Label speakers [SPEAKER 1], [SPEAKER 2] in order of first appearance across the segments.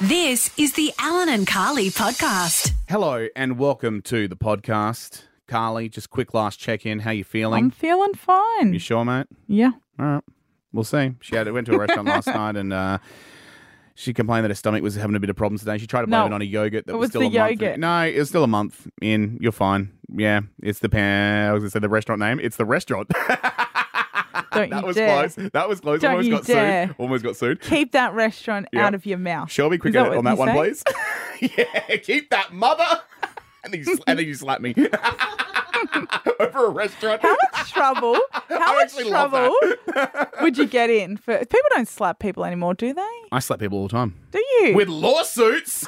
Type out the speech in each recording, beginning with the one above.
[SPEAKER 1] This is the Alan and Carly podcast.
[SPEAKER 2] Hello and welcome to the podcast. Carly, just quick last check in. How you feeling?
[SPEAKER 3] I'm feeling fine.
[SPEAKER 2] you sure, mate?
[SPEAKER 3] yeah.
[SPEAKER 2] All right. We'll see. She had went to a restaurant last night and uh, she complained that her stomach was having a bit of problems today. She tried to blame
[SPEAKER 3] No.
[SPEAKER 2] it on a yogurt that
[SPEAKER 3] It
[SPEAKER 2] was,
[SPEAKER 3] was
[SPEAKER 2] still
[SPEAKER 3] the
[SPEAKER 2] a month.
[SPEAKER 3] yogurt.
[SPEAKER 2] No, it's still a month in. You're fine. Yeah, it's the pan. I was gonna say the restaurant name. It's the restaurant.
[SPEAKER 3] Don't
[SPEAKER 2] that
[SPEAKER 3] you
[SPEAKER 2] was
[SPEAKER 3] dare.
[SPEAKER 2] close. That was close.
[SPEAKER 3] Don't
[SPEAKER 2] Almost
[SPEAKER 3] you
[SPEAKER 2] got
[SPEAKER 3] dare.
[SPEAKER 2] sued. Almost got sued.
[SPEAKER 3] Keep that restaurant
[SPEAKER 2] Yeah.
[SPEAKER 3] out of your mouth.
[SPEAKER 2] Shelby,
[SPEAKER 3] Is that
[SPEAKER 2] quicker
[SPEAKER 3] what
[SPEAKER 2] on that
[SPEAKER 3] you
[SPEAKER 2] one,
[SPEAKER 3] say?
[SPEAKER 2] please. yeah, keep that mother. And then you, sla- and then you slap me over a restaurant.
[SPEAKER 3] How much trouble? How much
[SPEAKER 2] actually love
[SPEAKER 3] trouble would you get in for? People don't slap people anymore, do they?
[SPEAKER 2] I slap people all the time
[SPEAKER 3] Do you?
[SPEAKER 2] with lawsuits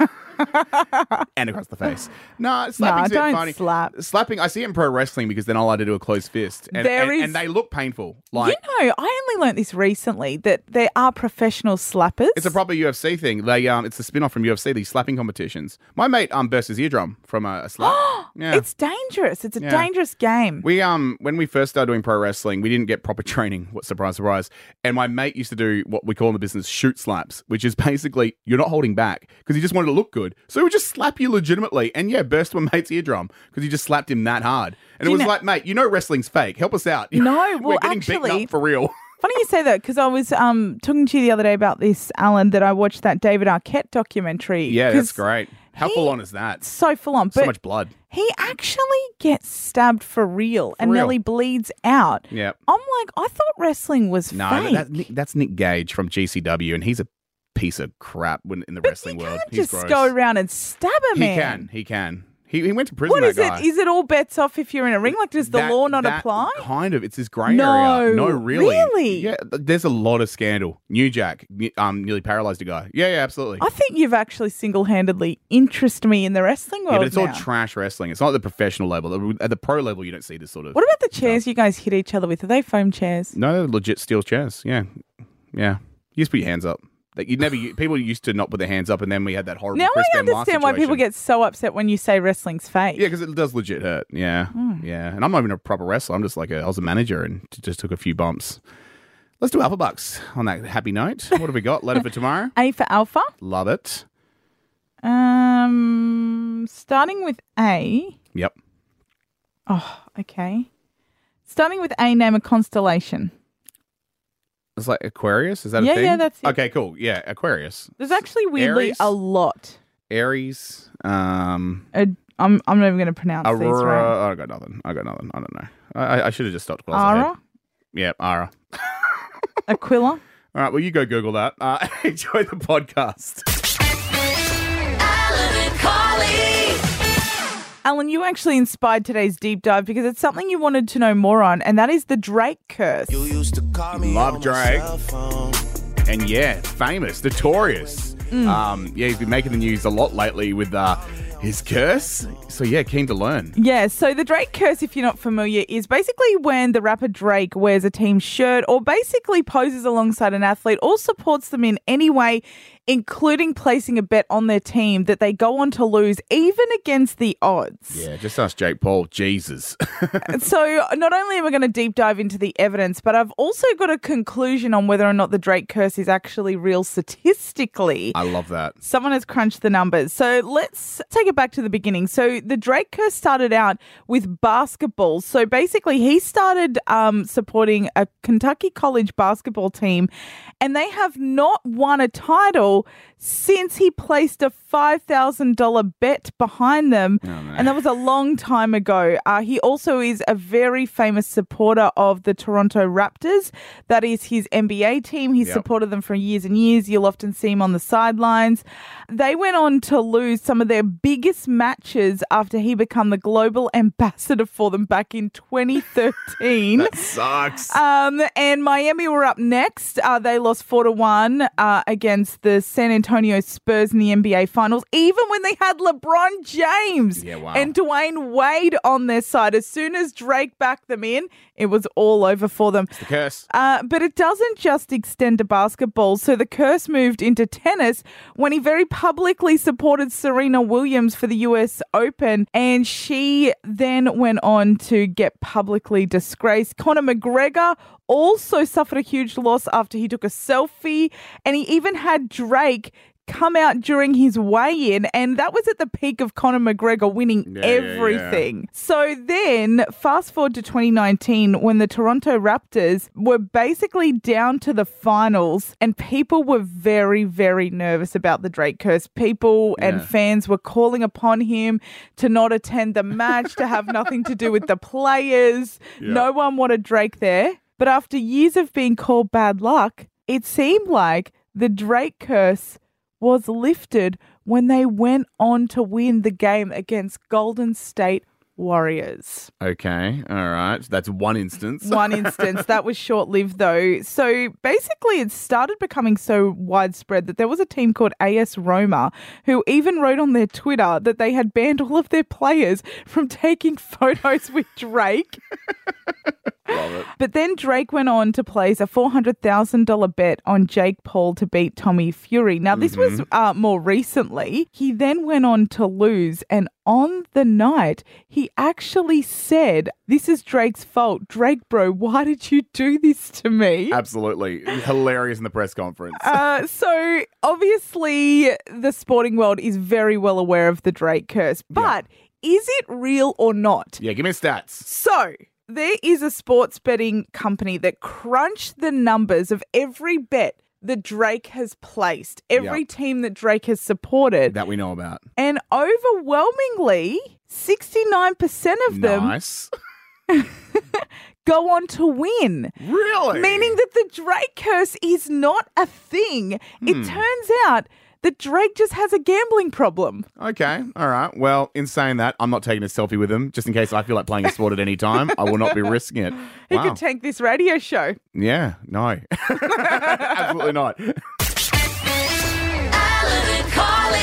[SPEAKER 2] and across the face. No, slapping's
[SPEAKER 3] No,
[SPEAKER 2] a bit
[SPEAKER 3] don't
[SPEAKER 2] funny.
[SPEAKER 3] slap.
[SPEAKER 2] Slapping, I see it in pro wrestling because they're not allowed to do a closed fist, and,
[SPEAKER 3] There
[SPEAKER 2] and,
[SPEAKER 3] is-
[SPEAKER 2] and they look painful.
[SPEAKER 3] you
[SPEAKER 2] Like
[SPEAKER 3] know, I only learnt this recently that there are professional slappers.
[SPEAKER 2] it's a proper UFC thing. They um, it's a spin off from UFC these slapping competitions. My mate um burst his eardrum from a, a slap. yeah.
[SPEAKER 3] It's dangerous. It's a
[SPEAKER 2] Yeah.
[SPEAKER 3] dangerous game.
[SPEAKER 2] We um when we first started doing pro wrestling, we didn't get proper training. What surprise, surprise! And my mate used to do what we call in the business shoot slaps, which is basically you're not holding back because he just wanted to look good. So he would just slap you legitimately, and yeah, burst my mate's eardrum because he just slapped him that hard. And it
[SPEAKER 3] Do you
[SPEAKER 2] was
[SPEAKER 3] know-
[SPEAKER 2] like, mate, you know wrestling's fake. Help us out.
[SPEAKER 3] No,
[SPEAKER 2] we're
[SPEAKER 3] well,
[SPEAKER 2] getting beaten
[SPEAKER 3] actually-
[SPEAKER 2] up for real.
[SPEAKER 3] Funny you say that because I was um, talking to you the other day about this, Alan, that I watched that David Arquette documentary.
[SPEAKER 2] yeah, that's
[SPEAKER 3] 'cause
[SPEAKER 2] great. How
[SPEAKER 3] he-
[SPEAKER 2] full on is that?
[SPEAKER 3] it's So full on. But
[SPEAKER 2] so much blood.
[SPEAKER 3] He actually gets stabbed for real and
[SPEAKER 2] real.
[SPEAKER 3] nearly bleeds out.
[SPEAKER 2] Yep.
[SPEAKER 3] I'm like, I thought wrestling was
[SPEAKER 2] No,
[SPEAKER 3] fake.
[SPEAKER 2] that, that, that's Nick Gage from GCW, and he's a piece of crap when, in the wrestling
[SPEAKER 3] you
[SPEAKER 2] world.
[SPEAKER 3] can't
[SPEAKER 2] he's
[SPEAKER 3] just
[SPEAKER 2] gross.
[SPEAKER 3] go around and stab a
[SPEAKER 2] He
[SPEAKER 3] man.
[SPEAKER 2] can. He can. He, he went to prison.
[SPEAKER 3] What
[SPEAKER 2] that
[SPEAKER 3] is it?
[SPEAKER 2] guy.
[SPEAKER 3] Is it all bets off if you're in a ring? Like, does the
[SPEAKER 2] That-
[SPEAKER 3] law not
[SPEAKER 2] that
[SPEAKER 3] apply?
[SPEAKER 2] Kind of. It's this grey
[SPEAKER 3] No,
[SPEAKER 2] area. No, really.
[SPEAKER 3] really?
[SPEAKER 2] Yeah. th- There's a lot of scandal. New Jack ne- um, nearly paralyzed a guy. Yeah, yeah, absolutely.
[SPEAKER 3] I think you've actually single-handedly interested me in the wrestling world
[SPEAKER 2] yeah, but it's
[SPEAKER 3] now.
[SPEAKER 2] all trash wrestling. It's not at the professional level. At the pro level, you don't see this sort of.
[SPEAKER 3] what about the chairs you guys hit each other with? Are they foam chairs?
[SPEAKER 2] No, they're legit steel chairs. Yeah, yeah. You just put your hands up. Like you never. you- people used to not put their hands up, and then we had that horrible.
[SPEAKER 3] Now
[SPEAKER 2] Chris
[SPEAKER 3] I
[SPEAKER 2] Benoit
[SPEAKER 3] understand why people
[SPEAKER 2] situation.
[SPEAKER 3] get so upset when you say wrestling's fake.
[SPEAKER 2] Yeah, because it does legit hurt. Yeah,
[SPEAKER 3] Hmm.
[SPEAKER 2] yeah. And I'm not even a proper wrestler. I'm just like a, I was a manager and t- just took a few bumps. Let's do Alpha Bucks on that happy note. What have we got? Letter for tomorrow.
[SPEAKER 3] A for alpha.
[SPEAKER 2] Love it.
[SPEAKER 3] Um, starting with A.
[SPEAKER 2] Yep.
[SPEAKER 3] Oh, okay. Starting with A, name a constellation.
[SPEAKER 2] It's like Aquarius. Is that a
[SPEAKER 3] Yeah,
[SPEAKER 2] thing?
[SPEAKER 3] yeah, that's it.
[SPEAKER 2] Okay, cool. Yeah, Aquarius,
[SPEAKER 3] There's actually weirdly
[SPEAKER 2] Aries?
[SPEAKER 3] a lot.
[SPEAKER 2] Aries, um,
[SPEAKER 3] Uh, I'm, I'm not even going to pronounce these right.
[SPEAKER 2] Aurora. I got nothing. I got nothing. I don't know. I, I- I should have just stopped. while I was ahead.
[SPEAKER 3] Ara,
[SPEAKER 2] Yeah, Ara.
[SPEAKER 3] Aquila.
[SPEAKER 2] All right. Well, you go Google that. Uh, enjoy the podcast.
[SPEAKER 1] Alan and Carly.
[SPEAKER 3] Alan, you actually inspired today's deep dive because it's something you wanted to know more on, and that is the Drake curse.
[SPEAKER 4] You used to call me
[SPEAKER 2] Love
[SPEAKER 4] on
[SPEAKER 2] Drake.
[SPEAKER 4] My cell phone.
[SPEAKER 2] and yeah, famous, notorious.
[SPEAKER 3] Mm.
[SPEAKER 2] Um, yeah, he's been making the news a lot lately with uh, his curse. So yeah, keen to learn.
[SPEAKER 3] Yeah, so the Drake curse, if you're not familiar, is basically when the rapper Drake wears a team shirt or basically poses alongside an athlete or supports them in any way, including placing a bet on their team that they go on to lose, even against the odds.
[SPEAKER 2] Yeah, just ask Jake Paul. Jesus.
[SPEAKER 3] So, not only are we going to deep dive into the evidence, but I've also got a conclusion on whether or not the Drake curse is actually real statistically.
[SPEAKER 2] I love that.
[SPEAKER 3] Someone has crunched the numbers. So let's take it back to the beginning. So the Drake curse started out with basketball. So basically, he started um, supporting a Kentucky college basketball team, and they have not won a title since he placed a $5,000 bet behind them. And that was a long time ago. Uh, he also is a very famous supporter of the Toronto Raptors. That is his NBA team. He's
[SPEAKER 2] Yep.
[SPEAKER 3] supported them for years and years. You'll often see him on the sidelines. They went on to lose some of their biggest matches after he became the global ambassador for them back in 2013.
[SPEAKER 2] Sucks.
[SPEAKER 3] Um, and Miami were up next. Uh, they lost four to one uh, against the San Antonio Spurs in the NBA Finals. Even when they had LeBron James
[SPEAKER 2] Yeah, wow.
[SPEAKER 3] and Dwayne Wade on their side, as soon as Drake backed them in, it was all over for them.
[SPEAKER 2] the curse.
[SPEAKER 3] Uh, but it doesn't just extend to basketball. So the curse moved into tennis when he very publicly supported Serena Williams for the US Open. And she then went on to get publicly disgraced. Conor McGregor also suffered a huge loss after he took a selfie. And he even had Drake come out during his weigh in, and that was at the peak of Conor McGregor winning
[SPEAKER 2] Yeah, yeah, yeah.
[SPEAKER 3] everything. So then, fast forward to 2019 when the Toronto Raptors were basically down to the finals, and people were very, very nervous about the Drake curse. People and
[SPEAKER 2] Yeah.
[SPEAKER 3] fans were calling upon him to not attend the match, to have nothing to do with the players.
[SPEAKER 2] Yeah.
[SPEAKER 3] No one wanted Drake there. But after years of being called bad luck, it seemed like the Drake curse was lifted when they went on to win the game against Golden State Warriors.
[SPEAKER 2] Okay. All right. That's one instance.
[SPEAKER 3] One instance that was short lived though. So basically, it started becoming so widespread that there was a team called AS Roma who even wrote on their Twitter that they had banned all of their players from taking photos with Drake.
[SPEAKER 2] Love it.
[SPEAKER 3] But then Drake went on to place a $400,000 bet on Jake Paul to beat Tommy Fury. Now, this was uh, more recently. He then went on to lose. And on the night, he actually said, This is Drake's fault. Drake, bro, why did you do this to me?
[SPEAKER 2] Absolutely. Hilarious in the press conference.
[SPEAKER 3] Uh, so obviously, the sporting world is very well aware of the Drake curse, but is it real or not?
[SPEAKER 2] yeah, give me stats.
[SPEAKER 3] So, there is a sports betting company that crunched the numbers of every bet that Drake has placed, every
[SPEAKER 2] Yep.
[SPEAKER 3] team that Drake has supported.
[SPEAKER 2] That we know about.
[SPEAKER 3] and overwhelmingly, 69% of them
[SPEAKER 2] Nice.
[SPEAKER 3] go on to win.
[SPEAKER 2] Really?
[SPEAKER 3] Meaning that the Drake curse is not a thing.
[SPEAKER 2] Hmm.
[SPEAKER 3] It turns out that Drake just has a gambling problem.
[SPEAKER 2] Okay. All right. Well, in saying that, I'm not taking a selfie with him just in case I feel like playing a sport at any time. I will not be risking it.
[SPEAKER 3] He
[SPEAKER 2] Wow.
[SPEAKER 3] could tank this radio show.
[SPEAKER 2] yeah. No. Absolutely not.
[SPEAKER 1] Alan and Carly.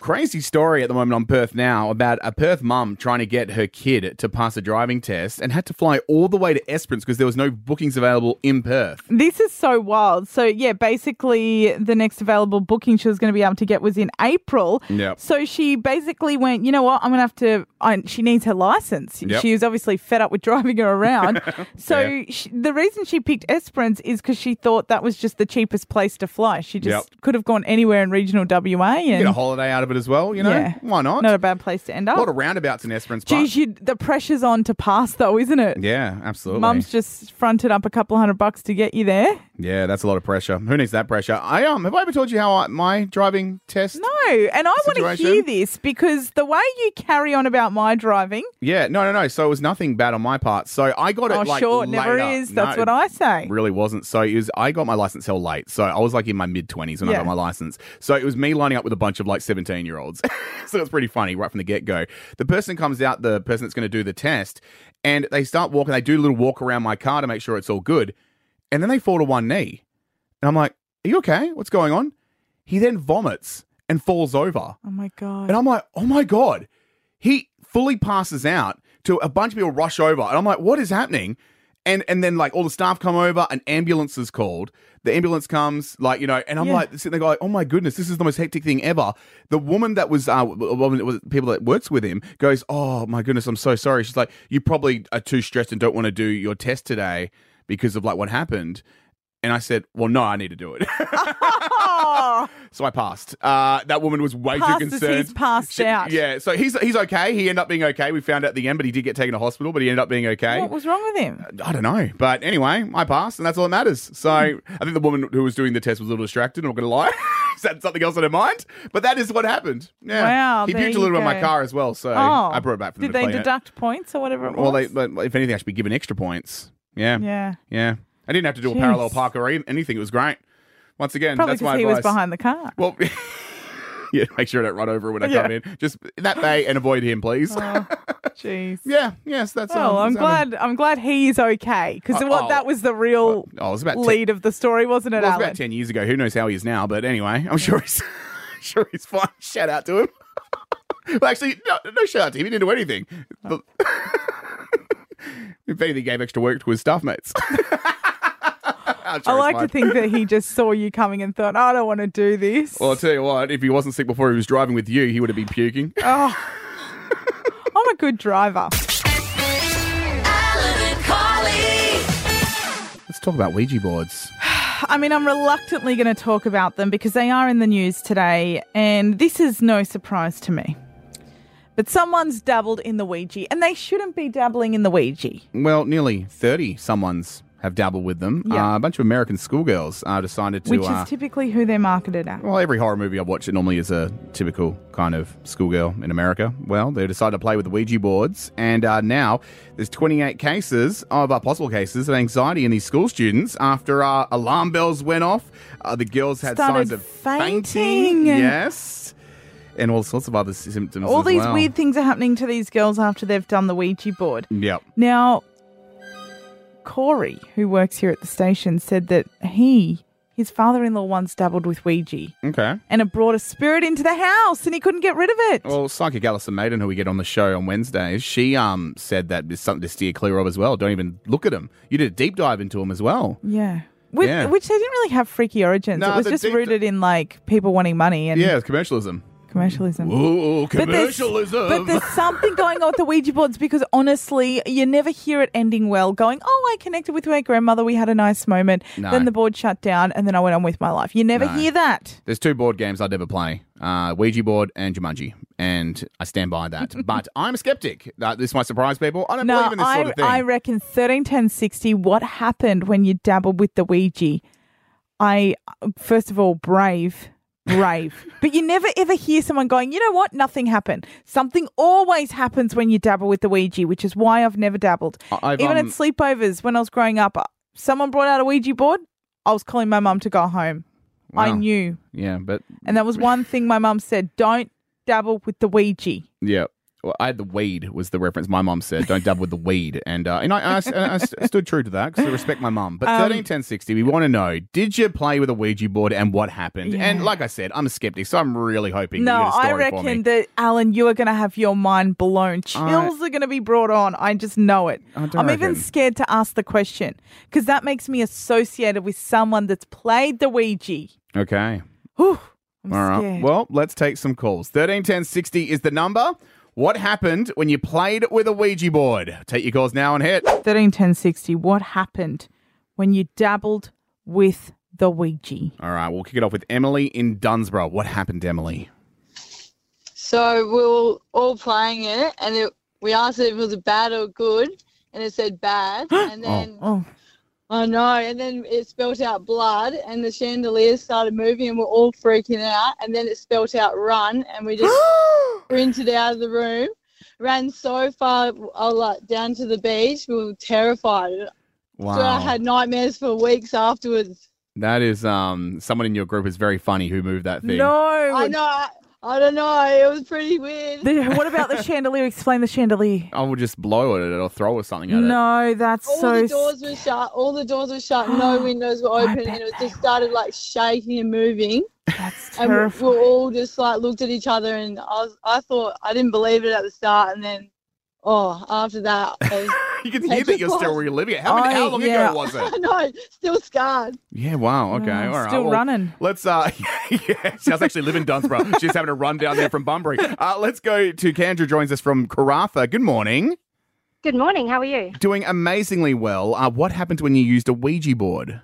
[SPEAKER 2] Crazy story at the moment on Perth now about a Perth mum trying to get her kid to pass a driving test and had to fly all the way to Esperance because there was no bookings available in Perth.
[SPEAKER 3] This is so wild. So yeah, basically the next available booking she was going to be able to get was in April.
[SPEAKER 2] Yep.
[SPEAKER 3] So she basically went, you know what? I'm going to have to. I, she needs her license.
[SPEAKER 2] Yep.
[SPEAKER 3] She was obviously fed up with driving her around. so
[SPEAKER 2] Fair.
[SPEAKER 3] she, the reason she picked Esperance is because she thought that was just the cheapest place to fly. She just
[SPEAKER 2] Yep.
[SPEAKER 3] could have gone anywhere in regional WA and
[SPEAKER 2] Get a holiday out of it as well, you know?
[SPEAKER 3] Yeah.
[SPEAKER 2] Why not?
[SPEAKER 3] not a bad place to end
[SPEAKER 2] a lot
[SPEAKER 3] up.
[SPEAKER 2] of roundabouts in Esperance Park.
[SPEAKER 3] Geez, you, the pressure's on to pass though, isn't it?
[SPEAKER 2] Yeah, absolutely.
[SPEAKER 3] Mum's just fronted up a couple hundred bucks to get you there.
[SPEAKER 2] yeah, that's a lot of pressure. Who needs that pressure? I um, have I ever told you how I, my driving test?
[SPEAKER 3] No, and I want to hear
[SPEAKER 2] situation?
[SPEAKER 3] this because the way you carry on about my driving,
[SPEAKER 2] Yeah, no, no, no. So it was nothing bad on my part. So I got it
[SPEAKER 3] oh
[SPEAKER 2] like
[SPEAKER 3] sure, it
[SPEAKER 2] later.
[SPEAKER 3] never is. That's
[SPEAKER 2] No,
[SPEAKER 3] what I say.
[SPEAKER 2] it Really wasn't. So it was. I got my license hell late. So I was like in my mid twenties when
[SPEAKER 3] Yeah.
[SPEAKER 2] I got my license. So it was me lining up with a bunch of like seventeen year olds. so it's pretty funny right from the get go. The person comes out, the person that's going to do the test, and they start walking. They do a little walk around my car to make sure it's all good, and then they fall to one knee, and I'm like, "Are you okay? What's going on?" He then vomits and falls over.
[SPEAKER 3] Oh my god.
[SPEAKER 2] And I'm like, oh my God. He fully passes out to a bunch of people rush over. And I'm like, what is happening? And and then like all the staff come over, an ambulance is called. The ambulance comes, like, you know, and I'm
[SPEAKER 3] Yeah.
[SPEAKER 2] like sitting there going, oh my goodness, this is the most hectic thing ever. The woman that was uh w- woman that was people that works with him goes, Oh my goodness, I'm so sorry. She's like, You probably are too stressed and don't want to do your test today because of like what happened. And I said, Well, no, I need to do it.
[SPEAKER 3] Oh,
[SPEAKER 2] So I passed. Uh, that woman was way
[SPEAKER 3] Passed
[SPEAKER 2] too
[SPEAKER 3] as he's
[SPEAKER 2] concerned.
[SPEAKER 3] passed out.
[SPEAKER 2] Yeah, so he's he's okay. He ended up being okay. We found out at the end, but he did get taken to hospital. But he ended up being okay.
[SPEAKER 3] what was wrong with him?
[SPEAKER 2] I don't know, but anyway, I passed, and that's all that matters. So
[SPEAKER 3] Hmm.
[SPEAKER 2] I think the woman who was doing the test was a little distracted. I'm not gonna lie, she had something else on her mind. But that is what happened. Yeah,
[SPEAKER 3] Wow,
[SPEAKER 2] He
[SPEAKER 3] there
[SPEAKER 2] puked
[SPEAKER 3] you
[SPEAKER 2] a little in my
[SPEAKER 3] go.
[SPEAKER 2] car as well, so
[SPEAKER 3] oh,
[SPEAKER 2] I brought it back. For them to
[SPEAKER 3] Did they
[SPEAKER 2] clean it.
[SPEAKER 3] deduct points or whatever it
[SPEAKER 2] Well,
[SPEAKER 3] was?
[SPEAKER 2] they, but if anything, I should be given extra points. Yeah, yeah.
[SPEAKER 3] yeah,
[SPEAKER 2] I didn't have to do
[SPEAKER 3] Jeez.
[SPEAKER 2] a parallel park or e- anything. It was great. Once again,
[SPEAKER 3] probably
[SPEAKER 2] that's my
[SPEAKER 3] because he was
[SPEAKER 2] advice.
[SPEAKER 3] behind the car.
[SPEAKER 2] Well, yeah, make sure I don't run over when I
[SPEAKER 3] Yeah.
[SPEAKER 2] come in. Just that bay and avoid him, please.
[SPEAKER 3] Oh, Jeez.
[SPEAKER 2] yeah, yes, that's
[SPEAKER 3] Well,
[SPEAKER 2] all.
[SPEAKER 3] I'm
[SPEAKER 2] That's all.
[SPEAKER 3] glad. I'm glad he is okay because
[SPEAKER 2] Uh,
[SPEAKER 3] what
[SPEAKER 2] oh.
[SPEAKER 3] that was the real
[SPEAKER 2] Oh, it was about ten,
[SPEAKER 3] lead of the story, wasn't it,
[SPEAKER 2] well, it was
[SPEAKER 3] Alan?
[SPEAKER 2] about ten years ago. Who knows how he is now? But anyway, I'm sure he's sure he's fine. Shout out to him. well, actually, no, no shout out to him. He didn't do anything.
[SPEAKER 3] Oh.
[SPEAKER 2] The- if anything, he gave extra work to his staff mates. I'm sure
[SPEAKER 3] I
[SPEAKER 2] he's
[SPEAKER 3] like to
[SPEAKER 2] fine.
[SPEAKER 3] think that he just saw you coming and thought, I don't want to do this.
[SPEAKER 2] Well, I'll tell you what. If he wasn't sick before he was driving with you, he would have been puking.
[SPEAKER 3] Oh. I'm a good driver.
[SPEAKER 1] Alan and Carly.
[SPEAKER 2] Let's talk about Ouija boards.
[SPEAKER 3] I mean, I'm reluctantly going to talk about them because they are in the news today, and this is no surprise to me. But someone's dabbled in the Ouija, and they shouldn't be dabbling in the Ouija.
[SPEAKER 2] Well, nearly 30 someone's have dabbled with them.
[SPEAKER 3] Yeah.
[SPEAKER 2] Uh, a bunch of American schoolgirls uh, decided to.
[SPEAKER 3] Which
[SPEAKER 2] uh,
[SPEAKER 3] is typically who they're marketed at.
[SPEAKER 2] well, every horror movie I watch, it normally is a typical kind of schoolgirl in America. Well, they decided to play with the Ouija boards, and uh, now there's 28 cases of uh, possible cases of anxiety in these school students after uh, alarm bells went off. Uh, the girls had
[SPEAKER 3] Started
[SPEAKER 2] signs of
[SPEAKER 3] fainting and-
[SPEAKER 2] yes, and all sorts of other symptoms.
[SPEAKER 3] All
[SPEAKER 2] as
[SPEAKER 3] these
[SPEAKER 2] well.
[SPEAKER 3] weird things are happening to these girls after they've done the Ouija board.
[SPEAKER 2] Yep.
[SPEAKER 3] Now, Corey, who works here at the station, said that he, his father in law, once dabbled with Ouija
[SPEAKER 2] Okay.
[SPEAKER 3] and it brought a spirit into the house and he couldn't get rid of it.
[SPEAKER 2] Well, Psychic Alison Maiden, who we get on the show on Wednesdays, she um said that there's something to steer clear of as well. Don't even look at them. You did a deep dive into them as well.
[SPEAKER 3] yeah. With,
[SPEAKER 2] Yeah.
[SPEAKER 3] Which they didn't really have freaky origins.
[SPEAKER 2] No,
[SPEAKER 3] it was
[SPEAKER 2] the
[SPEAKER 3] just
[SPEAKER 2] deep-
[SPEAKER 3] rooted in like people wanting money and
[SPEAKER 2] Yeah, it's commercialism.
[SPEAKER 3] commercialism.
[SPEAKER 2] Ooh,
[SPEAKER 3] But there's-
[SPEAKER 2] commercialism.
[SPEAKER 3] But there's something going on with the Ouija boards because honestly, you never hear it ending well. Going, oh, I connected with my grandmother. We had a nice moment.
[SPEAKER 2] No.
[SPEAKER 3] Then the board shut down, and then I went on with my life. You never
[SPEAKER 2] No.
[SPEAKER 3] hear that.
[SPEAKER 2] There's two board games I'd never play uh, Ouija board and Jumanji. And I stand by that. but I'm a skeptic. Uh, this might surprise people. I don't
[SPEAKER 3] No,
[SPEAKER 2] believe in this
[SPEAKER 3] I,
[SPEAKER 2] sort of thing.
[SPEAKER 3] I reckon 13, 10, 60, what happened when you dabbled with the Ouija? I, first of all, brave, brave. but you never ever hear someone going, you know what? Nothing happened. Something always happens when you dabble with the Ouija, which is why I've never dabbled.
[SPEAKER 2] I- I've,
[SPEAKER 3] Even
[SPEAKER 2] um,
[SPEAKER 3] at sleepovers when I was growing up, uh, someone brought out a Ouija board. I was calling my mum to go home. I
[SPEAKER 2] Wow.
[SPEAKER 3] knew.
[SPEAKER 2] yeah, but
[SPEAKER 3] And that was one thing my mum said don't dabble with the Ouija.
[SPEAKER 2] Yeah. Well, I had the weed was the reference my mom said. Don't dub with the weed, and uh, and I, I, I, I stood true to that because I respect my mum.
[SPEAKER 3] Um,
[SPEAKER 2] But thirteen ten sixty, we want to know: Did you play with a Ouija board, and what happened? And like I said, I'm a skeptic, so I'm really hoping.
[SPEAKER 3] No,
[SPEAKER 2] you get a
[SPEAKER 3] I
[SPEAKER 2] story for
[SPEAKER 3] reckon
[SPEAKER 2] me.
[SPEAKER 3] that Alan, you are going to have your mind blown. Chills are going to be brought on. I just know it.
[SPEAKER 2] I don't
[SPEAKER 3] I'm even
[SPEAKER 2] reckon.
[SPEAKER 3] scared to ask the question because that makes me associated with someone that's played the Ouija.
[SPEAKER 2] Okay.
[SPEAKER 3] Whew, I'm
[SPEAKER 2] All right.
[SPEAKER 3] scared.
[SPEAKER 2] Well, let's take some calls. Thirteen ten sixty is the number. What happened when you played with a Ouija board? Take your calls now and hit.
[SPEAKER 3] 13, 10, 60. What happened when you dabbled with the Ouija?
[SPEAKER 2] All right, we'll kick it off with Emily in Dunsborough. What happened, Emily?
[SPEAKER 5] So we were all playing it, and it, we asked if it was bad or good, and it said bad. And then
[SPEAKER 3] Oh,
[SPEAKER 5] I know, and then it spelt out blood, and the chandelier started moving, and we're all freaking out. And then it spelt out run, and we just sprinted out of the room, ran so far uh, like, down to the beach. We were terrified.
[SPEAKER 2] Wow.
[SPEAKER 5] So I had nightmares for weeks afterwards.
[SPEAKER 2] That is um someone in your group is very funny who moved that thing.
[SPEAKER 3] no.
[SPEAKER 5] I know. I, I don't know. It was pretty weird.
[SPEAKER 3] The- what about the chandelier? Explain the chandelier.
[SPEAKER 2] I will just blow it at it or throw or something at Oh, it.
[SPEAKER 3] No, that's
[SPEAKER 5] all
[SPEAKER 3] so
[SPEAKER 5] the doors were shut. All the doors were shut. No windows were
[SPEAKER 3] I
[SPEAKER 5] open,
[SPEAKER 3] bet
[SPEAKER 5] and it
[SPEAKER 3] they
[SPEAKER 5] just started like shaking and moving.
[SPEAKER 3] that's
[SPEAKER 5] And we- we,
[SPEAKER 3] terrifying.
[SPEAKER 5] were all just like looked at each other, and I was, I thought I didn't believe it at the start, and then oh, after that, I
[SPEAKER 2] You can
[SPEAKER 5] I
[SPEAKER 2] hear that
[SPEAKER 5] just
[SPEAKER 2] you're still
[SPEAKER 5] was-
[SPEAKER 2] reliving it. How, many,
[SPEAKER 3] I-
[SPEAKER 2] how long
[SPEAKER 3] yeah.
[SPEAKER 2] ago was it?
[SPEAKER 5] know, still scarred.
[SPEAKER 2] Yeah, wow. Okay.
[SPEAKER 3] Mm,
[SPEAKER 2] all right.
[SPEAKER 3] still
[SPEAKER 2] well,
[SPEAKER 3] running.
[SPEAKER 2] Let's uh yeah, she does actually live in Dunsborough. She's having a run down there from Bunbury. Uh let's go to Kendra joins us from Karatha. Good morning.
[SPEAKER 6] Good morning. How are you?
[SPEAKER 2] Doing amazingly well. Uh what happened when you used a Ouija board?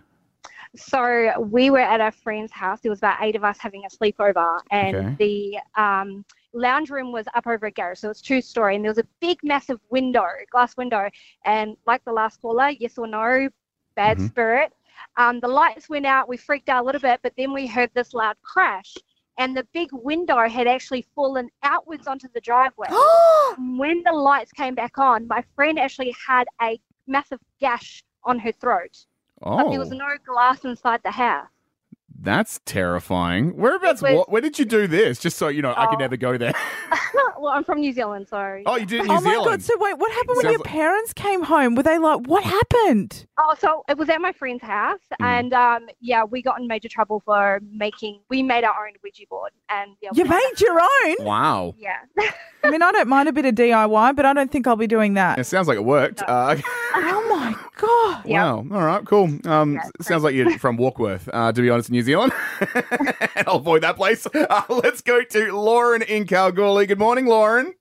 [SPEAKER 6] So we were at a friend's house. There was about eight of us having a sleepover, and the um, lounge room was up over a garage, so it's two story. And there was a big, massive window, glass window, and like the last caller, yes or no, bad
[SPEAKER 2] Mhm.
[SPEAKER 6] spirit. Um, the lights went out. We freaked out a little bit, but then we heard this loud crash, and the big window had actually fallen outwards onto the driveway. when the lights came back on, my friend actually had a massive gash on her throat but there was
[SPEAKER 2] Oh,
[SPEAKER 6] no glass inside the house.
[SPEAKER 2] that's terrifying. Whereabouts?
[SPEAKER 6] It was-
[SPEAKER 2] wa- where did you do this? Just so you know, I
[SPEAKER 6] Oh.
[SPEAKER 2] could never go there.
[SPEAKER 6] well, I'm from New Zealand, so.
[SPEAKER 2] Oh, you did it in New
[SPEAKER 3] Oh
[SPEAKER 2] Zealand.
[SPEAKER 3] my god! So wait, what happened when
[SPEAKER 2] Sounds
[SPEAKER 3] your
[SPEAKER 2] like-
[SPEAKER 3] parents came home? Were they like, "What happened"?
[SPEAKER 6] Oh, so it was at my friend's house,
[SPEAKER 3] Hmm.
[SPEAKER 6] and um, yeah, we got in major trouble for making. We made our own Ouija board, and yeah,
[SPEAKER 3] You
[SPEAKER 6] we-
[SPEAKER 3] made your own.
[SPEAKER 2] Wow.
[SPEAKER 6] yeah.
[SPEAKER 3] I mean, I don't mind a bit of DIY, but I don't think I'll be doing
[SPEAKER 2] It
[SPEAKER 3] that.
[SPEAKER 2] sounds like it worked. Uh,
[SPEAKER 3] Oh my god!
[SPEAKER 6] Yeah.
[SPEAKER 2] Wow. All right. Cool. Um,
[SPEAKER 6] Yeah,
[SPEAKER 2] s- sounds like you're from Walkworth, uh, to be honest, New Zealand. I'll avoid that place. Uh, let's go to Lauren in Kalgoorlie. Good morning, Lauren.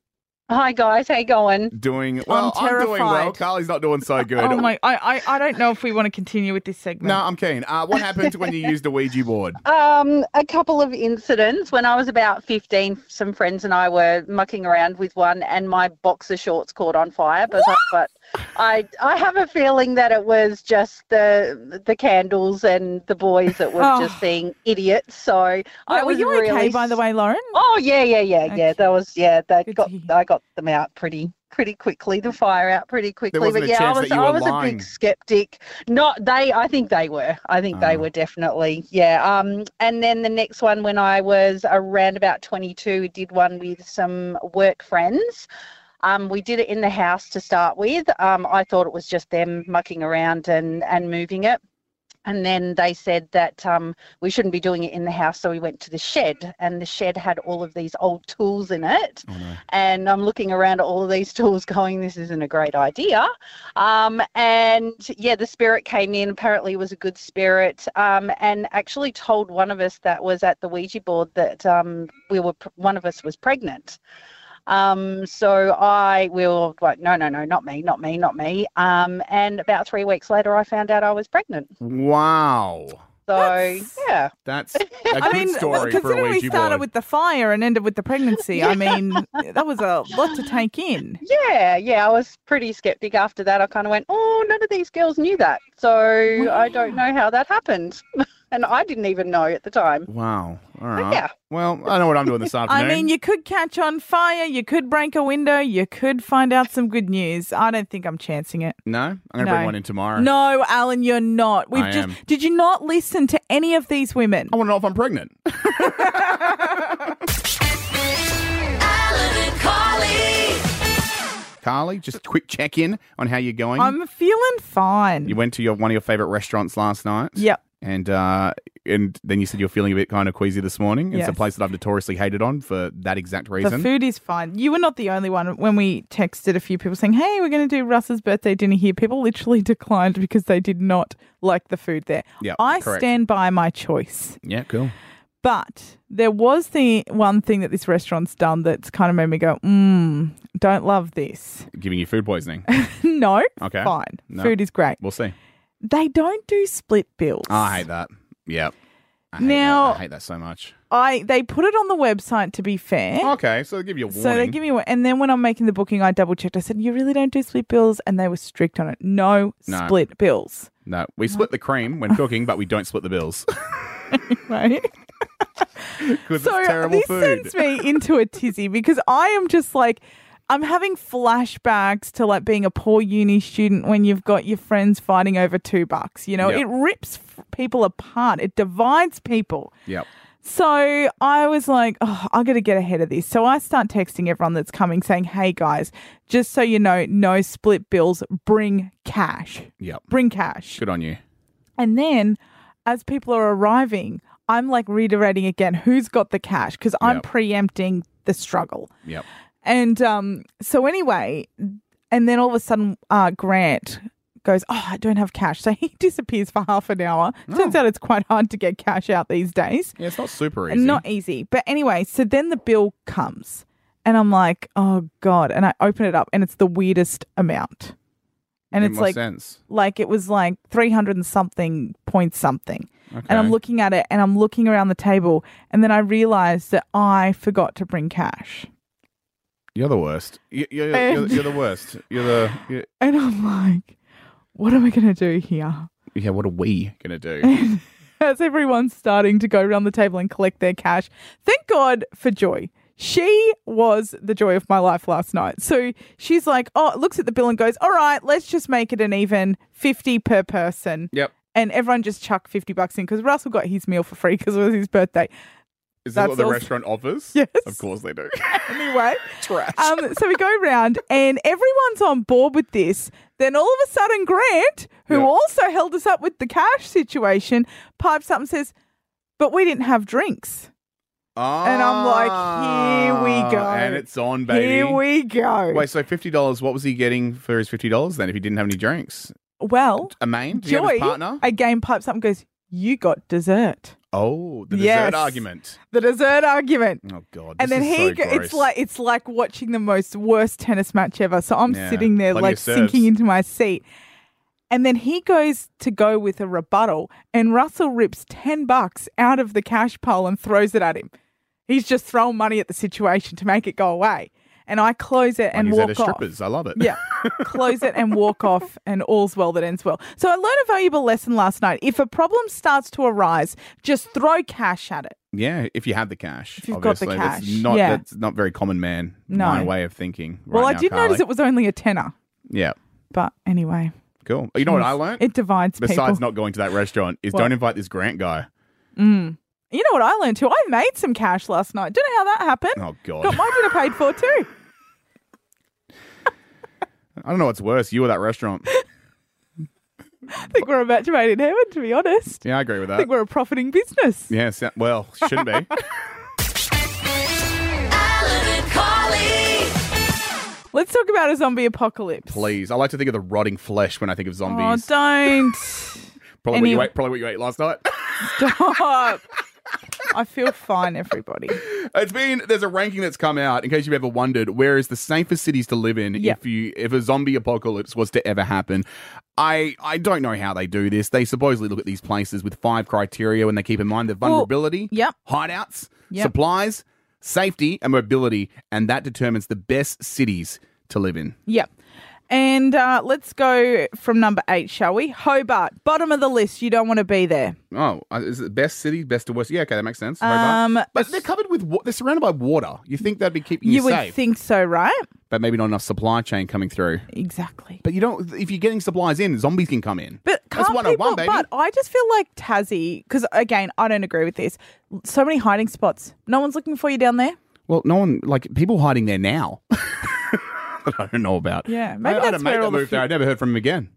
[SPEAKER 7] Hi guys, how you going?
[SPEAKER 2] Doing well. I'm, doing well.
[SPEAKER 3] terrified.
[SPEAKER 2] Carly's not doing so good.
[SPEAKER 3] Oh my! I, I I don't know if we want to continue with this segment.
[SPEAKER 2] No, I'm keen. Uh, what happened when you used a Ouija board?
[SPEAKER 7] Um, a couple of incidents. When I was about 15, some friends and I were mucking around with one, and my boxer shorts caught on fire. But, but I, I have a feeling that it was just the the candles and the boys that were
[SPEAKER 3] Oh.
[SPEAKER 7] just being idiots. So I
[SPEAKER 3] Wait, were
[SPEAKER 7] was
[SPEAKER 3] you
[SPEAKER 7] really
[SPEAKER 3] okay, by the way, Lauren?
[SPEAKER 7] Oh yeah, yeah, yeah, yeah.
[SPEAKER 3] Okay.
[SPEAKER 7] That was yeah. That
[SPEAKER 3] Good to
[SPEAKER 7] got
[SPEAKER 3] hear.
[SPEAKER 7] I got them out pretty pretty quickly. The fire out pretty quickly.
[SPEAKER 2] wasn't
[SPEAKER 7] but
[SPEAKER 2] a
[SPEAKER 7] yeah,
[SPEAKER 2] chance
[SPEAKER 7] I
[SPEAKER 2] that
[SPEAKER 7] was
[SPEAKER 2] you
[SPEAKER 7] I
[SPEAKER 2] were
[SPEAKER 7] was a
[SPEAKER 2] lying.
[SPEAKER 7] big skeptic. Not they. I think they were. I think
[SPEAKER 2] Ah.
[SPEAKER 7] they were definitely yeah. Um, and then the next one when I was around about twenty two, we did one with some work friends. Um, we did it in the house to start with. Um, I thought it was just them mucking around and, and moving it. And then they said that um, we shouldn't be doing it in the house, so we went to the shed, and the shed had all of these old tools in it.
[SPEAKER 2] Oh, no.
[SPEAKER 7] And I'm looking around at all of these tools, going, "This isn't a great idea." Um, and yeah, the spirit came in. Apparently, it was a good spirit, um, and actually told one of us that was at the Ouija board that um, we were pr- one of us was pregnant. Um, so I will like, no, no, no, not me, not me, not me. Um, and about three weeks later, I found out I was pregnant.
[SPEAKER 2] Wow.
[SPEAKER 7] So
[SPEAKER 3] That's-
[SPEAKER 7] yeah.
[SPEAKER 2] That's a good
[SPEAKER 3] I mean,
[SPEAKER 2] story for a
[SPEAKER 3] considering we
[SPEAKER 2] Ouija
[SPEAKER 3] started
[SPEAKER 2] board.
[SPEAKER 3] with the fire and ended with the pregnancy, I mean, that was a lot to take in.
[SPEAKER 7] Yeah, yeah, I was pretty skeptic after that. I kind of went, oh, none of these girls knew that. So I don't know how that happened. and I didn't even know at the time.
[SPEAKER 2] Wow. All
[SPEAKER 7] But
[SPEAKER 2] right.
[SPEAKER 7] yeah,
[SPEAKER 2] Well, I know what I'm doing this
[SPEAKER 3] Oh, I
[SPEAKER 2] afternoon.
[SPEAKER 3] mean, you could catch on fire, you could break a window, you could find out some good news. I don't think I'm chancing it.
[SPEAKER 2] no, I'm gonna
[SPEAKER 3] No.
[SPEAKER 2] bring one in tomorrow.
[SPEAKER 3] No, Alan, you're not. We've
[SPEAKER 2] I
[SPEAKER 3] just
[SPEAKER 2] am.
[SPEAKER 3] did you not listen to any of these women?
[SPEAKER 2] I want to know if I'm pregnant.
[SPEAKER 1] Alan and Carly.
[SPEAKER 2] Carly, just quick check in on how you're going.
[SPEAKER 3] I'm feeling fine.
[SPEAKER 2] you went to your one of your favorite restaurants last night.
[SPEAKER 3] yep.
[SPEAKER 2] And uh, and then you said you're feeling a bit kind of queasy this morning. It's a
[SPEAKER 3] Yes.
[SPEAKER 2] place that I've notoriously hated on for that exact
[SPEAKER 3] The
[SPEAKER 2] reason.
[SPEAKER 3] food is fine. You were not the only one. When we texted a few people saying, "Hey, we're going to do Russ's birthday dinner here," people literally declined because they did not like the food there.
[SPEAKER 2] Yep,
[SPEAKER 3] I
[SPEAKER 2] correct.
[SPEAKER 3] stand by my choice.
[SPEAKER 2] Yeah, cool.
[SPEAKER 3] But there was the one thing that this restaurant's done that's kind of made me go, mm, don't love this.
[SPEAKER 2] Giving you food poisoning.
[SPEAKER 3] no,
[SPEAKER 2] Okay.
[SPEAKER 3] fine.
[SPEAKER 2] No.
[SPEAKER 3] Food is great.
[SPEAKER 2] We'll see. Oh,
[SPEAKER 3] They don't do split bills.
[SPEAKER 2] Ah, I hate that. Yeah. I hate
[SPEAKER 3] Now-
[SPEAKER 2] that. I hate that so much.
[SPEAKER 3] I they put it on the website to be fair.
[SPEAKER 2] Okay, so they give you a warning.
[SPEAKER 3] So they give me one, and then when I'm making the booking, I double checked. I said, "You really don't do split bills," and they were strict on it. No,
[SPEAKER 2] No.
[SPEAKER 3] split bills,
[SPEAKER 2] no, we split the cream when cooking, but we don't split the bills
[SPEAKER 3] right?
[SPEAKER 2] because
[SPEAKER 3] so
[SPEAKER 2] it's terrible
[SPEAKER 3] this
[SPEAKER 2] food.
[SPEAKER 3] sends me into a tizzy because I am just like I'm having flashbacks to like being a poor uni student when you've got your friends fighting over two bucks. You know,
[SPEAKER 2] Yep.
[SPEAKER 3] it rips f- people apart. It divides people.
[SPEAKER 2] Yep.
[SPEAKER 3] So I was like, oh, I got to get ahead of this. So I start texting everyone that's coming saying, hey guys, just so you know, no split bills, bring cash.
[SPEAKER 2] Yep.
[SPEAKER 3] Bring cash.
[SPEAKER 2] Good on you.
[SPEAKER 3] And then as people are arriving, I'm like reiterating again who's got the cash because I'm
[SPEAKER 2] Yep.
[SPEAKER 3] preempting the struggle.
[SPEAKER 2] Yep.
[SPEAKER 3] And um, so anyway, and then all of a sudden, uh, Grant goes, "Oh, I don't have cash," so he disappears for half an hour.
[SPEAKER 2] Oh.
[SPEAKER 3] Turns out it's quite hard to get cash out these days.
[SPEAKER 2] Yeah, it's not super easy.
[SPEAKER 3] Not easy. But anyway, so then the bill comes, and I'm like, "Oh God!" And I open it up, and it's the weirdest amount. And
[SPEAKER 2] In
[SPEAKER 3] it's
[SPEAKER 2] what
[SPEAKER 3] like
[SPEAKER 2] sense.
[SPEAKER 3] like it was like 300 and something point something. And
[SPEAKER 2] Okay.
[SPEAKER 3] I'm looking at it and I'm looking around the table. And then I realized that I forgot to bring cash.
[SPEAKER 2] You're the worst. You- You're, you're, you're,
[SPEAKER 3] And-
[SPEAKER 2] you're the worst. You're the. You're,
[SPEAKER 3] And I'm like, what are we going to do here?
[SPEAKER 2] yeah, what are we going to do?
[SPEAKER 3] As everyone's starting to go around the table and collect their cash, thank God for Joy. She was the joy of my life last night. So she's like, oh, looks at the bill and goes, all right, let's just make it an even 50 per person.
[SPEAKER 2] yep.
[SPEAKER 3] And everyone just chucked 50 bucks in because Russell got his meal for free because it was his birthday.
[SPEAKER 2] Is that what
[SPEAKER 3] That's
[SPEAKER 2] the
[SPEAKER 3] also-
[SPEAKER 2] restaurant offers?
[SPEAKER 3] Yes.
[SPEAKER 2] Of course they do.
[SPEAKER 3] anyway. Um, so we go round, and everyone's on board with this. Then all of a sudden, Grant, who
[SPEAKER 2] Yep.
[SPEAKER 3] also held us up with the cash situation, pipes up and says, "But we didn't have drinks." And I'm like, here we go.
[SPEAKER 2] Ah, And it's on, baby.
[SPEAKER 3] Here we go.
[SPEAKER 2] Wait, so fifty dollars? What was he getting for his fifty dollars then? If he didn't have any drinks,
[SPEAKER 3] well,
[SPEAKER 2] a main? Did he have
[SPEAKER 3] Joy
[SPEAKER 2] his partner?
[SPEAKER 3] again pipes up and goes, "You got dessert."
[SPEAKER 2] Oh, the
[SPEAKER 3] Yes.
[SPEAKER 2] dessert argument.
[SPEAKER 3] The dessert argument.
[SPEAKER 2] Oh God.
[SPEAKER 3] And
[SPEAKER 2] this
[SPEAKER 3] then
[SPEAKER 2] is
[SPEAKER 3] he,
[SPEAKER 2] so
[SPEAKER 3] go-
[SPEAKER 2] gross.
[SPEAKER 3] it's like it's like watching the most worst tennis match ever. So I'm
[SPEAKER 2] Yeah.
[SPEAKER 3] sitting there
[SPEAKER 2] Plenty
[SPEAKER 3] like
[SPEAKER 2] of serves.
[SPEAKER 3] sinking into my seat, and then he goes to go with a rebuttal, and Russell rips ten bucks out of the cash pile and throws it at him. He's just throwing money at the situation to make it go away, and I close it and
[SPEAKER 2] Money's out
[SPEAKER 3] walk
[SPEAKER 2] of
[SPEAKER 3] off.
[SPEAKER 2] strippers. I love it.
[SPEAKER 3] Yeah. Close it and walk off, and all's well that ends well. So I learned a valuable lesson last night. If a problem starts to arise, just throw cash at it.
[SPEAKER 2] Yeah, if you have the cash.
[SPEAKER 3] If you've got the
[SPEAKER 2] obviously. That's
[SPEAKER 3] cash,
[SPEAKER 2] not
[SPEAKER 3] yeah.
[SPEAKER 2] that's not very common man
[SPEAKER 3] No.
[SPEAKER 2] my way of thinking.
[SPEAKER 3] well,
[SPEAKER 2] right
[SPEAKER 3] I
[SPEAKER 2] now,
[SPEAKER 3] did notice
[SPEAKER 2] Carly.
[SPEAKER 3] it was only a tenner,
[SPEAKER 2] Yeah.
[SPEAKER 3] but anyway,
[SPEAKER 2] Cool. You know what I learned?
[SPEAKER 3] it divides
[SPEAKER 2] Besides
[SPEAKER 3] people.
[SPEAKER 2] not going to that restaurant, is
[SPEAKER 3] What?
[SPEAKER 2] don't invite this Grant guy.
[SPEAKER 3] Mm. You know what I learned too? I made some cash last night. Do you know how that happened?
[SPEAKER 2] Oh God.
[SPEAKER 3] Got my dinner paid for too.
[SPEAKER 2] I don't know what's worse, you or that restaurant.
[SPEAKER 3] I think we're a match made in heaven, to be honest.
[SPEAKER 2] Yeah, I agree with
[SPEAKER 3] I
[SPEAKER 2] that.
[SPEAKER 3] think we're a profiting business.
[SPEAKER 2] Yeah, so- well, shouldn't be.
[SPEAKER 1] Alan and Carly.
[SPEAKER 3] Let's talk about a zombie apocalypse.
[SPEAKER 2] Please. I like to think of the rotting flesh when I think of
[SPEAKER 3] Oh,
[SPEAKER 2] zombies.
[SPEAKER 3] don't.
[SPEAKER 2] probably
[SPEAKER 3] Oh, any-
[SPEAKER 2] what you ate probably what you ate last night.
[SPEAKER 3] Stop. I feel fine, everybody.
[SPEAKER 2] It's been there's a ranking that's come out in case you've ever wondered where is the safest cities to live in
[SPEAKER 3] Yep.
[SPEAKER 2] if you if a zombie apocalypse was to ever happen. I I don't know how they do this. They supposedly look at these places with five criteria when they keep in mind the
[SPEAKER 3] Well,
[SPEAKER 2] vulnerability,
[SPEAKER 3] Yep.
[SPEAKER 2] hideouts,
[SPEAKER 3] Yep.
[SPEAKER 2] supplies, safety, and mobility, and that determines the best cities to live in.
[SPEAKER 3] Yep. And uh, let's go from number eight, shall we? Hobart, bottom of the list. You don't want to be there.
[SPEAKER 2] Oh, uh, is it the best city, best to worst? Yeah, okay, that makes sense. Hobart.
[SPEAKER 3] Um,
[SPEAKER 2] but they're covered with wa- they're surrounded by water. You think that'd be keeping
[SPEAKER 3] you
[SPEAKER 2] you,
[SPEAKER 3] would
[SPEAKER 2] safe,
[SPEAKER 3] think so, right?
[SPEAKER 2] but maybe not enough supply chain coming through.
[SPEAKER 3] Exactly.
[SPEAKER 2] But you don't. If you're getting supplies in, zombies can come in.
[SPEAKER 3] But
[SPEAKER 2] That's
[SPEAKER 3] can't
[SPEAKER 2] 101,
[SPEAKER 3] people?
[SPEAKER 2] baby.
[SPEAKER 3] But I just feel like Tassie, because again, I don't agree with this. So many hiding spots. No one's looking for you down there.
[SPEAKER 2] well, no one like people hiding there now. that I don't know about.
[SPEAKER 3] Yeah, maybe
[SPEAKER 2] I, I had
[SPEAKER 3] that's
[SPEAKER 2] a mate
[SPEAKER 3] where all
[SPEAKER 2] that
[SPEAKER 3] the
[SPEAKER 2] moved there.
[SPEAKER 3] fu-
[SPEAKER 2] I never heard from him again.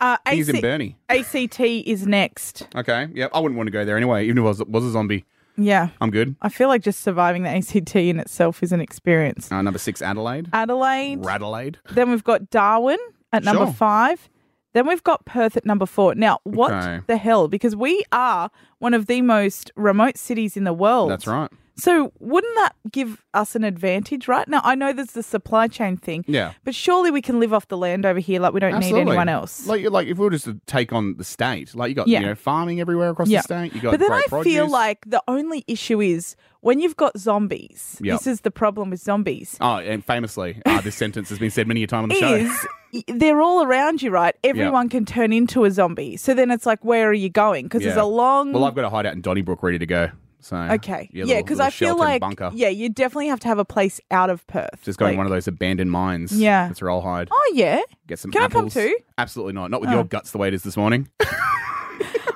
[SPEAKER 3] Uh,
[SPEAKER 2] He's in
[SPEAKER 3] AC
[SPEAKER 2] Burnie.
[SPEAKER 3] ACT is next.
[SPEAKER 2] Okay. Yeah, I wouldn't want to go there anyway. Even if I was, was a zombie,
[SPEAKER 3] Yeah,
[SPEAKER 2] I'm good.
[SPEAKER 3] I feel like just surviving the ACT in itself is an experience.
[SPEAKER 2] Uh, number six, Adelaide.
[SPEAKER 3] Adelaide.
[SPEAKER 2] Radelaide.
[SPEAKER 3] Then we've got Darwin at number
[SPEAKER 2] Sure.
[SPEAKER 3] five. Then we've got Perth at number four. Now, what
[SPEAKER 2] Okay.
[SPEAKER 3] the hell? Because we are one of the most remote cities in the world.
[SPEAKER 2] That's right.
[SPEAKER 3] So, wouldn't that give us an advantage, right? Now, I know there's the supply chain thing,
[SPEAKER 2] Yeah.
[SPEAKER 3] but surely we can live off the land over here like we don't need
[SPEAKER 2] Absolutely.
[SPEAKER 3] anyone else.
[SPEAKER 2] Like, like if we were just to take on the state, like you got
[SPEAKER 3] Yeah.
[SPEAKER 2] you know farming everywhere across
[SPEAKER 3] Yeah.
[SPEAKER 2] the state. You got
[SPEAKER 3] but then
[SPEAKER 2] great
[SPEAKER 3] I feel
[SPEAKER 2] produce.
[SPEAKER 3] like the only issue is when you've got zombies,
[SPEAKER 2] Yep.
[SPEAKER 3] this is the problem with zombies.
[SPEAKER 2] oh, and famously, uh, this sentence has been said many a time on the show.
[SPEAKER 3] is y- they're all around you, right? Everyone can turn into a zombie. So then it's like, where are you going? Because there's
[SPEAKER 2] Yeah.
[SPEAKER 3] a long.
[SPEAKER 2] Well, I've got a hideout in Donnybrook ready to go. So
[SPEAKER 3] okay.
[SPEAKER 2] yeah,
[SPEAKER 3] Yeah,
[SPEAKER 2] little-
[SPEAKER 3] because
[SPEAKER 2] little
[SPEAKER 3] I feel
[SPEAKER 2] sheltered
[SPEAKER 3] like
[SPEAKER 2] bunker.
[SPEAKER 3] yeah, you definitely have to have a place out of Perth.
[SPEAKER 2] Just going
[SPEAKER 3] Like-
[SPEAKER 2] one of those abandoned mines.
[SPEAKER 3] Yeah.
[SPEAKER 2] That's where I'll hide.
[SPEAKER 3] Oh yeah,
[SPEAKER 2] Get some
[SPEAKER 3] can I come
[SPEAKER 2] apples.
[SPEAKER 3] too?
[SPEAKER 2] Absolutely not. Not with
[SPEAKER 3] Oh.
[SPEAKER 2] your guts the way it is this morning.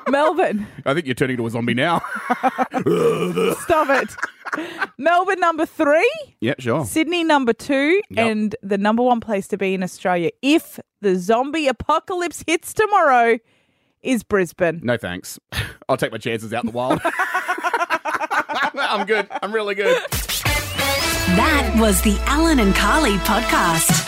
[SPEAKER 3] Melbourne.
[SPEAKER 2] I think you're turning into a zombie now.
[SPEAKER 3] Stop it. Melbourne number three,
[SPEAKER 2] yeah, sure.
[SPEAKER 3] Sydney number two,
[SPEAKER 2] Oh. Yep.
[SPEAKER 3] and the number one place to be in Australia if the zombie apocalypse hits tomorrow is Brisbane.
[SPEAKER 2] No thanks. I'll take my chances out in the wild. I'm good. I'm really good.
[SPEAKER 1] That was the Alan and Carly podcast.